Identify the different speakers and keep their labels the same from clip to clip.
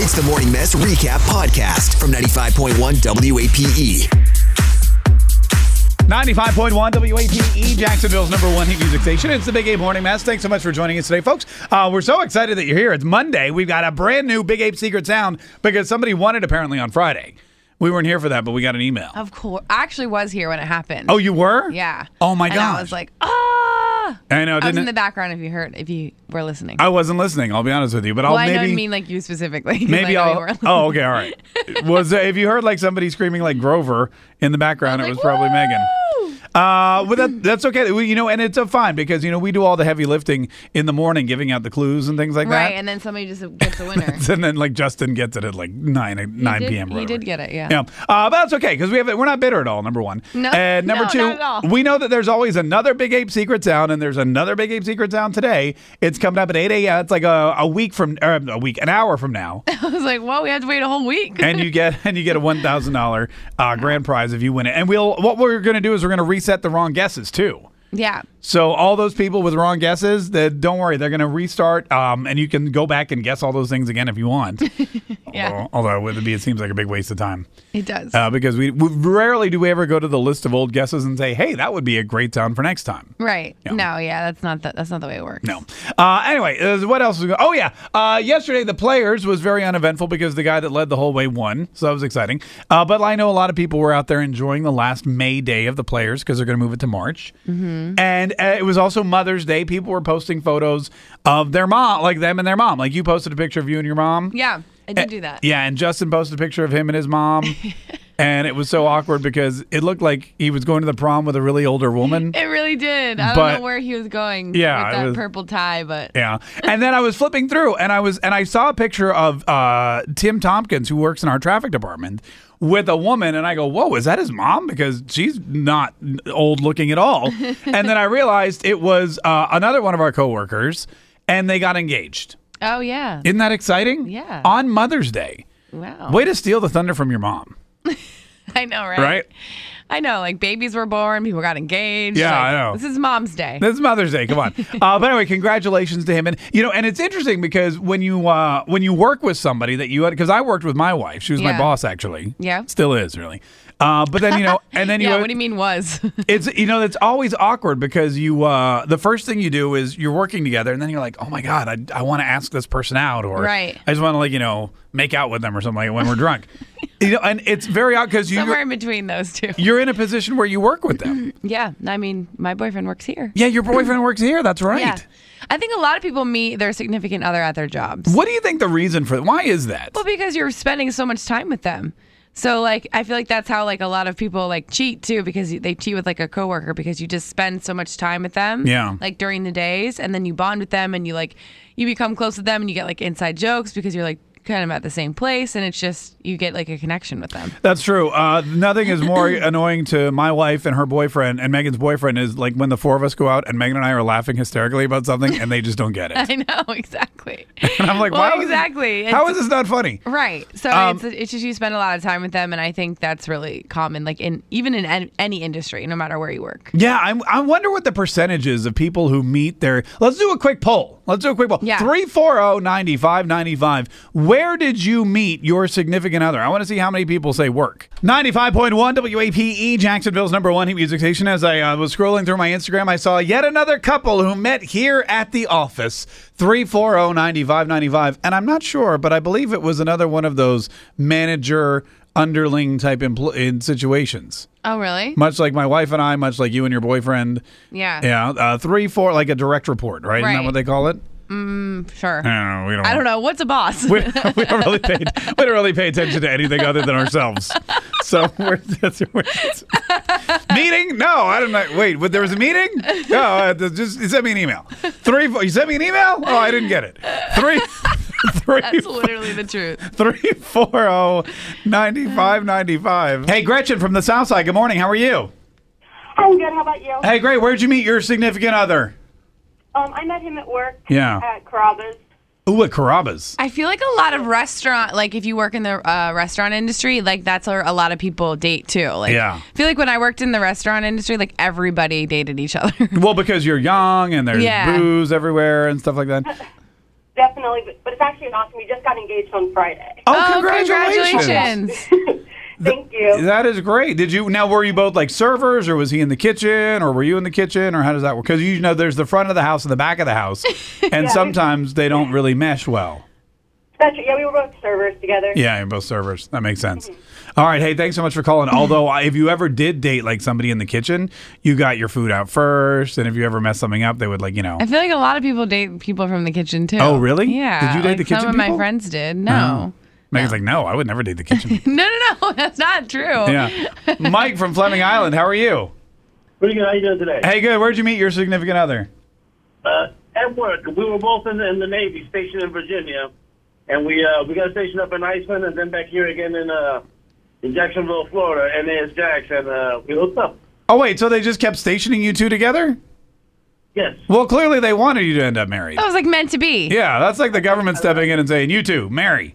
Speaker 1: It's the Morning Mess Recap Podcast from 95.1 WAPE.
Speaker 2: 95.1 WAPE, E, Jacksonville's number one hit music station. It's the Big Ape Morning Mass. Thanks so much for joining us today, folks. Uh, we're so excited that you're here. It's Monday. We've got a brand new Big Ape Secret Sound because somebody won it apparently on Friday. We weren't here for that, but we got an email.
Speaker 3: Of course. I actually was here when it happened.
Speaker 2: Oh, you were?
Speaker 3: Oh. yeah.
Speaker 2: Oh, my
Speaker 3: And
Speaker 2: God.
Speaker 3: I was like, ah.
Speaker 2: I know,
Speaker 3: I was
Speaker 2: didn't
Speaker 3: in the
Speaker 2: it-
Speaker 3: background if you heard, if you were listening.
Speaker 2: I wasn't listening, I'll be honest with you. But I'll
Speaker 3: well, I
Speaker 2: maybe.
Speaker 3: don't mean like you specifically. 'cause
Speaker 2: Maybe
Speaker 3: I know you
Speaker 2: I'll.
Speaker 3: weren't
Speaker 2: Oh, okay, all right. Was there, if you heard like somebody screaming like Grover in the background, it
Speaker 3: like,
Speaker 2: was probably Megan.
Speaker 3: "Woo!"
Speaker 2: Uh, but that, that's okay. We, you know, and it's a fine because you know we do all the heavy lifting in the morning, giving out the clues and things like that.
Speaker 3: Right. And then somebody just gets a winner.
Speaker 2: and then like Justin gets it at like nine uh, nine
Speaker 3: did-
Speaker 2: p.m. or
Speaker 3: he
Speaker 2: whatever.
Speaker 3: did get it, yeah.
Speaker 2: Yeah, uh, but that's okay because we have it. We're not bitter at all. Number one.
Speaker 3: No,
Speaker 2: And number
Speaker 3: no,
Speaker 2: two,
Speaker 3: not at all.
Speaker 2: we know that there's always another Big Ape Secret Sound, and there's another Big Ape Secret Sound today. It's coming up at eight a.m. It's like a, a week from or a week, an hour from now,
Speaker 3: I was like, whoa, we had to wait a whole week.
Speaker 2: and you get and you get a one thousand thousand dollar uh, grand prize if you win it. And we'll what we're gonna do is we're gonna reset the wrong guesses too.
Speaker 3: yeah.
Speaker 2: So all those people with wrong guesses, that don't worry, they're going to restart, um, and you can go back and guess all those things again if you want.
Speaker 3: Yeah.
Speaker 2: Although, although it would be, it seems like a big waste of time
Speaker 3: It does.
Speaker 2: Oh. uh, because we, we rarely do we ever go to the list of old guesses and say, "Hey, that would be a great sound for next time."
Speaker 3: right. No, yeah, that's not the, that's not the way it works.
Speaker 2: No. Uh, anyway, uh, what else? Was going- oh yeah, uh, yesterday the players was very uneventful because the guy that led the whole way won, so that was exciting. Uh, but I know a lot of people were out there enjoying the last May day of the players because they're going to move it to March, and uh, it was also Mother's Day. People were posting photos of their mom, like them and their mom. Like you posted a picture of you and your mom.
Speaker 3: Yeah. I did do that.
Speaker 2: Eh, Yeah, and Justin posted a picture of him and his mom. And it was so awkward because it looked like he was going to the prom with a really older woman.
Speaker 3: It really did. I
Speaker 2: But-
Speaker 3: don't know where he was going
Speaker 2: Yeah,
Speaker 3: with
Speaker 2: it
Speaker 3: that
Speaker 2: was-
Speaker 3: purple tie, but
Speaker 2: Yeah. And then I was flipping through and I was and I saw a picture of uh, Tim Tompkins who works in our traffic department with a woman and I go, "Whoa, is that his mom?" because she's not old looking at all. and then I realized it was uh, another one of our coworkers and they got engaged.
Speaker 3: oh yeah.
Speaker 2: Isn't that exciting?
Speaker 3: Yeah.
Speaker 2: On Mother's Day.
Speaker 3: wow.
Speaker 2: Way to steal the thunder from your mom.
Speaker 3: I know, right?
Speaker 2: Right?
Speaker 3: I know, like babies were born, people got engaged.
Speaker 2: Yeah,
Speaker 3: like,
Speaker 2: I know.
Speaker 3: This is mom's day.
Speaker 2: This is Mother's Day. Come on. uh, but anyway, congratulations to him. And you know, and it's interesting because when you uh, when you work with somebody that you because I worked with my wife. She was my
Speaker 3: Yeah.
Speaker 2: boss actually.
Speaker 3: Yeah.
Speaker 2: Still is really. Uh, but then you know, and then you
Speaker 3: yeah,
Speaker 2: know,
Speaker 3: what do you mean was?
Speaker 2: it's you know it's always awkward because you uh, the first thing you do is you're working together and then you're like oh my god I, I want to ask this person out or
Speaker 3: Right.
Speaker 2: I just want to like you know make out with them or something like when we're drunk you know and it's very odd because you
Speaker 3: Somewhere in between those two.
Speaker 2: you're in a position where you work with them
Speaker 3: Yeah, I mean, my boyfriend works here.
Speaker 2: yeah your boyfriend works here that's right
Speaker 3: Yeah. I think a lot of people meet their significant other at their jobs.
Speaker 2: What do you think the reason for why is that?
Speaker 3: Well, because you're spending so much time with them. So like I feel like that's how like a lot of people like cheat too because you- they cheat with like a coworker because you just spend so much time with them.
Speaker 2: Yeah.
Speaker 3: Like during the days and then you bond with them and you like you become close with them and you get like inside jokes because you're like kind of at the same place and it's just you get like a connection with them.
Speaker 2: That's true. Uh, nothing is more annoying to my wife and her boyfriend and Megan's boyfriend is like when the four of us go out and Megan and I are laughing hysterically about something and they just don't get it.
Speaker 3: I know exactly.
Speaker 2: And I'm like,
Speaker 3: well,
Speaker 2: why? was this-
Speaker 3: exactly.
Speaker 2: how
Speaker 3: It's-
Speaker 2: is this not funny?
Speaker 3: Right. So
Speaker 2: Um,
Speaker 3: it's, it's just you spend a lot of time with them and I think that's really common like in even in an- any industry no matter where you work.
Speaker 2: Yeah, I, I wonder what the percentage is of people who meet their. Let's do a quick poll. Let's do a quick poll. oh,
Speaker 3: Yeah.
Speaker 2: 340 9595. Where did you meet your significant other? I want to see how many people say work. 95.1 WAPE, E, Jacksonville's number one hit music station. As I uh, was scrolling through my Instagram, I saw yet another couple who met here at the office. oh, 340 9595. And I'm not sure, but I believe it was another one of those manager underling type empl- in situations
Speaker 3: Oh, really?
Speaker 2: much like my wife and I, much like you and your boyfriend.
Speaker 3: Yeah.
Speaker 2: Yeah. Uh, three, four, like a direct report, right? Isn't that
Speaker 3: Right.
Speaker 2: what they call it?
Speaker 3: Sure.
Speaker 2: No, we don't.
Speaker 3: I don't know. What's a boss?
Speaker 2: We, we don't really pay. We don't really pay attention to anything other than ourselves. So we're, that's, we're meeting? No, I don't know. Wait, what, there was a meeting? No, uh, th- just you sent me an email. Three, four, you sent me an email? Oh, I didn't get it. Three, three,
Speaker 3: That's literally the truth.
Speaker 2: 340-9595. Hey, Gretchen from the South Side. Good morning. How are you?
Speaker 4: I'm good. How about you?
Speaker 2: Hey, great. Where'd you meet your significant other?
Speaker 4: Um, I met him at work.
Speaker 2: Yeah.
Speaker 4: At Carrabba's.
Speaker 2: Ooh, at Carrabba's.
Speaker 3: I feel like a lot of restaurant, like if you work in the uh, restaurant industry, like that's where a lot of people date too. Like,
Speaker 2: Yeah.
Speaker 3: I feel like when I worked in the restaurant industry, like everybody dated each other.
Speaker 2: Oh, Well, because you're young and there's
Speaker 3: Yeah.
Speaker 2: booze everywhere and stuff like that.
Speaker 4: definitely. But, but it's actually awesome. We just got engaged on Friday.
Speaker 2: Oh,
Speaker 3: Oh,
Speaker 2: congratulations.
Speaker 3: congratulations.
Speaker 4: Thank you.
Speaker 2: That is great. Did you now were you both like servers or was he in the kitchen or were you in the kitchen or how does that work? Cuz you know there's the front of the house and the back of the house and sometimes they don't really mesh well.
Speaker 4: That's, yeah, we were both servers together.
Speaker 2: Yeah, you're both servers. That makes sense. All right, hey, thanks so much for calling. Although I- if you ever did date like somebody in the kitchen, you got your food out first and if you ever messed something up, they would like, you know.
Speaker 3: I feel like a lot of people date people from the kitchen too.
Speaker 2: Oh, really?
Speaker 3: Yeah.
Speaker 2: Did you date
Speaker 3: like
Speaker 2: the kitchen
Speaker 3: Some of
Speaker 2: people?
Speaker 3: my friends did. No.
Speaker 2: Megan's like, "No, I would never date the kitchen."
Speaker 3: No, no, no. That's not true.
Speaker 2: yeah. Mike from Fleming Island, how are you?
Speaker 5: Pretty good. How you doing today?
Speaker 2: Hey, good. Where'd you meet your significant other?
Speaker 5: Uh, at work, we were both in, in the Navy, stationed in Virginia, and we uh, we got stationed up in Iceland, and then back here again in uh, in Jacksonville, Florida, NAS Jacks, and uh, we hooked up.
Speaker 2: Oh wait, so they just kept stationing you two together?
Speaker 5: Yes.
Speaker 2: Well, clearly they wanted you to end up married.
Speaker 3: That was like meant to be.
Speaker 2: Yeah, that's like the government stepping in and saying, "You two, marry."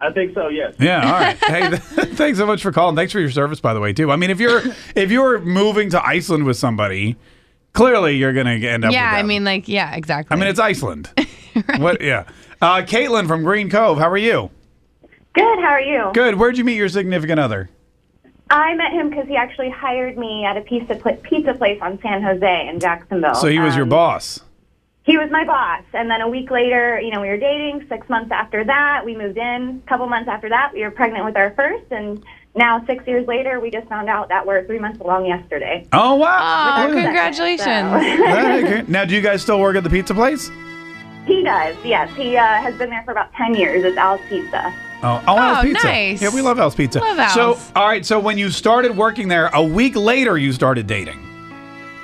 Speaker 5: I think so. Yes.
Speaker 2: Yeah, all right. hey, th- thanks so much for calling. Thanks for your service, by the way, too. I mean, if you're if you're moving to Iceland with somebody, clearly you're gonna end up.
Speaker 3: Yeah,
Speaker 2: with
Speaker 3: I
Speaker 2: them.
Speaker 3: mean, like, yeah, exactly.
Speaker 2: I mean, it's Iceland. What? Yeah. Uh, Caitlin from Green Cove, how are you?
Speaker 6: Good. How are you?
Speaker 2: Good. Where'd you meet your significant other?
Speaker 6: I met him because he actually hired me at a pizza pla- pizza place on San Jose in Jacksonville.
Speaker 2: So he was your
Speaker 6: Um,
Speaker 2: boss.
Speaker 6: He was my boss, and then a week later, you know, we were dating. Six months after that, we moved in. A couple months after that, we were pregnant with our first, and now six years later, we just found out that we're three months along yesterday.
Speaker 2: Oh wow!
Speaker 3: Oh,
Speaker 2: Well,
Speaker 3: congratulations.
Speaker 2: that- okay. Now, do you guys still work at the pizza place?
Speaker 6: He does. Yes, he uh, has been there for about ten years. It's Al's Pizza.
Speaker 2: Oh, oh, Al's
Speaker 3: Oh,
Speaker 2: Pizza.
Speaker 3: nice.
Speaker 2: Yeah, we love Al's Pizza.
Speaker 3: Love Al's.
Speaker 2: So, all right. So, when you started working there, a week later, you started dating.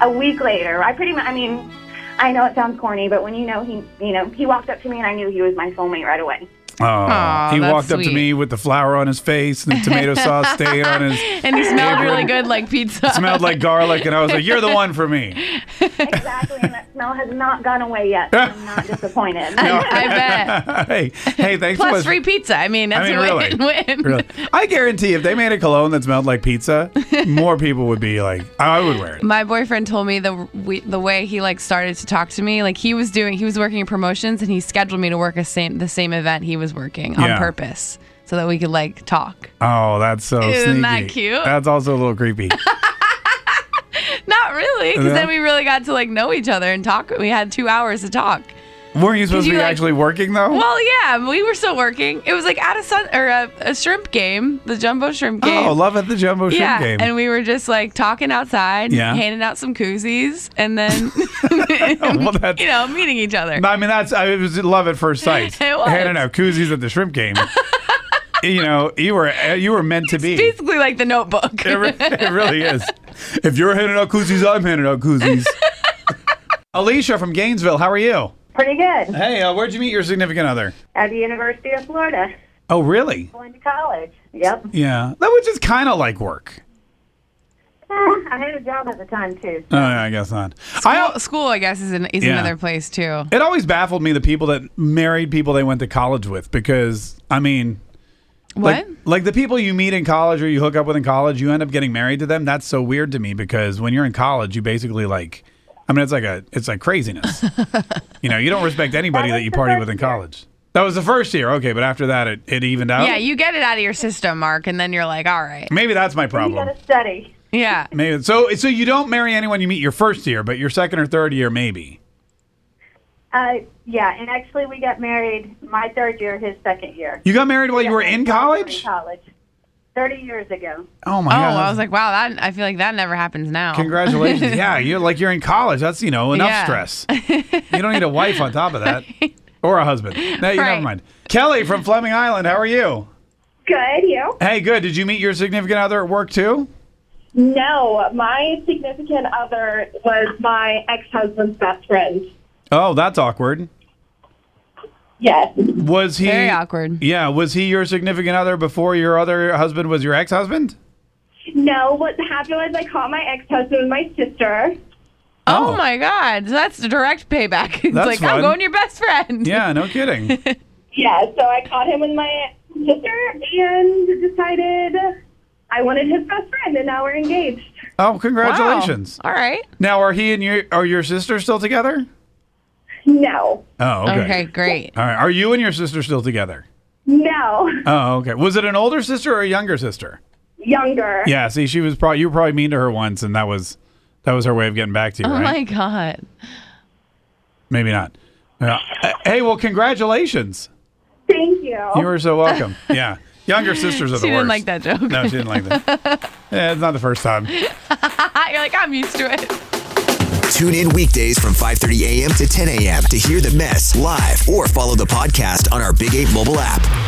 Speaker 6: a week later, I pretty much, I mean, I know it sounds corny, but when you know he, you know, he walked up to me and I knew he was my soulmate right away.
Speaker 2: Oh,
Speaker 3: Aw,
Speaker 2: he
Speaker 3: that's
Speaker 2: walked up to
Speaker 3: sweet.
Speaker 2: me with the flour on his face and the tomato sauce stain on his.
Speaker 3: and he smelled
Speaker 2: apron.
Speaker 3: really good, like pizza.
Speaker 2: Smelled like garlic, and I was like, "You're the one for me."
Speaker 6: Exactly, and that smell has not gone away yet. So I'm not disappointed.
Speaker 3: I bet.
Speaker 2: hey, hey, thanks so
Speaker 3: Plus
Speaker 2: much.
Speaker 3: free pizza. I mean,
Speaker 2: I
Speaker 3: that's
Speaker 2: mean,
Speaker 3: a
Speaker 2: really,
Speaker 3: win-win.
Speaker 2: really. I guarantee if they made a cologne that smelled like pizza, more people would be like, "I would wear it."
Speaker 3: My boyfriend told me the we, the way he like started to talk to me, like he was doing, he was working in promotions, and he scheduled me to work a same the same event he was working on
Speaker 2: Yeah.
Speaker 3: purpose, so that we could like talk.
Speaker 2: Oh, that's so
Speaker 3: Isn't that
Speaker 2: sneaky.
Speaker 3: cute?
Speaker 2: That's also a little creepy.
Speaker 3: Not really, because
Speaker 2: Yeah.
Speaker 3: then we really got to like know each other and talk. We had two hours to talk.
Speaker 2: Weren't you supposed to
Speaker 3: you,
Speaker 2: be
Speaker 3: like-
Speaker 2: actually working though?
Speaker 3: Well, yeah, we were still working. It was like at a sun or a, a shrimp game, the jumbo shrimp game.
Speaker 2: oh, love at the jumbo shrimp
Speaker 3: yeah,
Speaker 2: game.
Speaker 3: and we were just like talking outside,
Speaker 2: Yeah.
Speaker 3: handing out some koozies, and then
Speaker 2: well, that's-
Speaker 3: you know meeting each other.
Speaker 2: No, I mean, that's I, it was love at first sight.
Speaker 3: It was.
Speaker 2: Handing out koozies at the shrimp game. you know, you were uh, you were meant to be. It,
Speaker 3: Basically, like the Notebook.
Speaker 2: re- it really is. If you're handing out koozies, I'm handing out koozies. Alicia from Gainesville, how are you?
Speaker 4: Pretty good.
Speaker 2: Hey, uh, where'd you meet your significant other?
Speaker 4: At the University of Florida,
Speaker 2: Oh, really?
Speaker 4: going to college. Yep.
Speaker 2: Yeah, that was just kind of like work.
Speaker 4: I had a job at the time too.
Speaker 2: Oh, yeah, I guess not. I al-
Speaker 3: School, school, I guess, is, an, is
Speaker 2: Yeah.
Speaker 3: another place too.
Speaker 2: It always baffled me the people that married people they went to college with because I mean,
Speaker 3: What?
Speaker 2: Like, like the people you meet in college or you hook up with in college, you end up getting married to them. That's so weird to me because when you're in college, you basically like, I mean, it's like a, it's like craziness. you know, you don't respect anybody that, you party with in college. That was the first year, okay, but after that, it, it evened out.
Speaker 3: yeah, you get it out of your system, Mark, and then you're like, all right.
Speaker 2: Maybe that's my
Speaker 4: You
Speaker 2: problem.
Speaker 4: got to study.
Speaker 3: Yeah.
Speaker 2: Maybe so. So you don't marry anyone you meet your first year, but your second or third year, maybe.
Speaker 4: Uh, yeah, and actually, we got married my third year, his second year.
Speaker 2: You got married while you were in
Speaker 4: Yeah, we were
Speaker 2: college.
Speaker 4: In college, thirty years ago.
Speaker 2: Oh my
Speaker 3: Oh,
Speaker 2: god!
Speaker 3: I was Oh, like, wow, that I feel like that never happens now.
Speaker 2: Congratulations. yeah, you're like you're in college. That's, you know, enough
Speaker 3: Yeah.
Speaker 2: stress. You don't need a wife on top of that. Or a husband. No, you never
Speaker 3: Right.
Speaker 2: mind. Kelly from Fleming Island, how are you?
Speaker 7: Good, you?
Speaker 2: Hey, good. Did you meet your significant other at work too?
Speaker 7: No, my significant other was my ex husband's best friend.
Speaker 2: Oh, that's awkward.
Speaker 7: Yes.
Speaker 2: Was he
Speaker 3: Very awkward.
Speaker 2: Yeah, was he your significant other before your other husband was your ex husband?
Speaker 7: No, what happened was I caught my ex husband with my sister.
Speaker 3: Oh,
Speaker 2: Oh.
Speaker 3: my God, so that's the direct payback. It's
Speaker 2: That's
Speaker 3: like
Speaker 2: fun.
Speaker 3: I'm going to your best friend.
Speaker 2: Yeah, no kidding.
Speaker 7: Yeah, so I caught him with my sister and decided I wanted his best friend, and now we're engaged.
Speaker 2: oh,
Speaker 3: Wow.
Speaker 2: congratulations.
Speaker 3: All right.
Speaker 2: Now are he and your are your sister still together?
Speaker 7: No.
Speaker 2: Oh, okay.
Speaker 3: Okay, great.
Speaker 2: All right. Are you and your sister still together?
Speaker 7: No.
Speaker 2: Oh, okay. Was it an older sister or a younger sister?
Speaker 7: Younger.
Speaker 2: Yeah. See, she was probably you were probably mean to her once, and that was that was her way of getting back to you,
Speaker 3: Oh
Speaker 2: right?
Speaker 3: my god.
Speaker 2: Maybe not. Yeah. Uh, Hey, well, congratulations.
Speaker 7: Thank you.
Speaker 2: You are so welcome. Yeah. Younger sisters are the
Speaker 3: She
Speaker 2: worst.
Speaker 3: didn't like that joke.
Speaker 2: No, she didn't like that. yeah, it's not the first time.
Speaker 3: You're like, I'm used to it.
Speaker 1: Tune in weekdays from 5:30 a.m. to 10 a.m. to hear the mess live or follow the podcast on our Big 8 mobile app.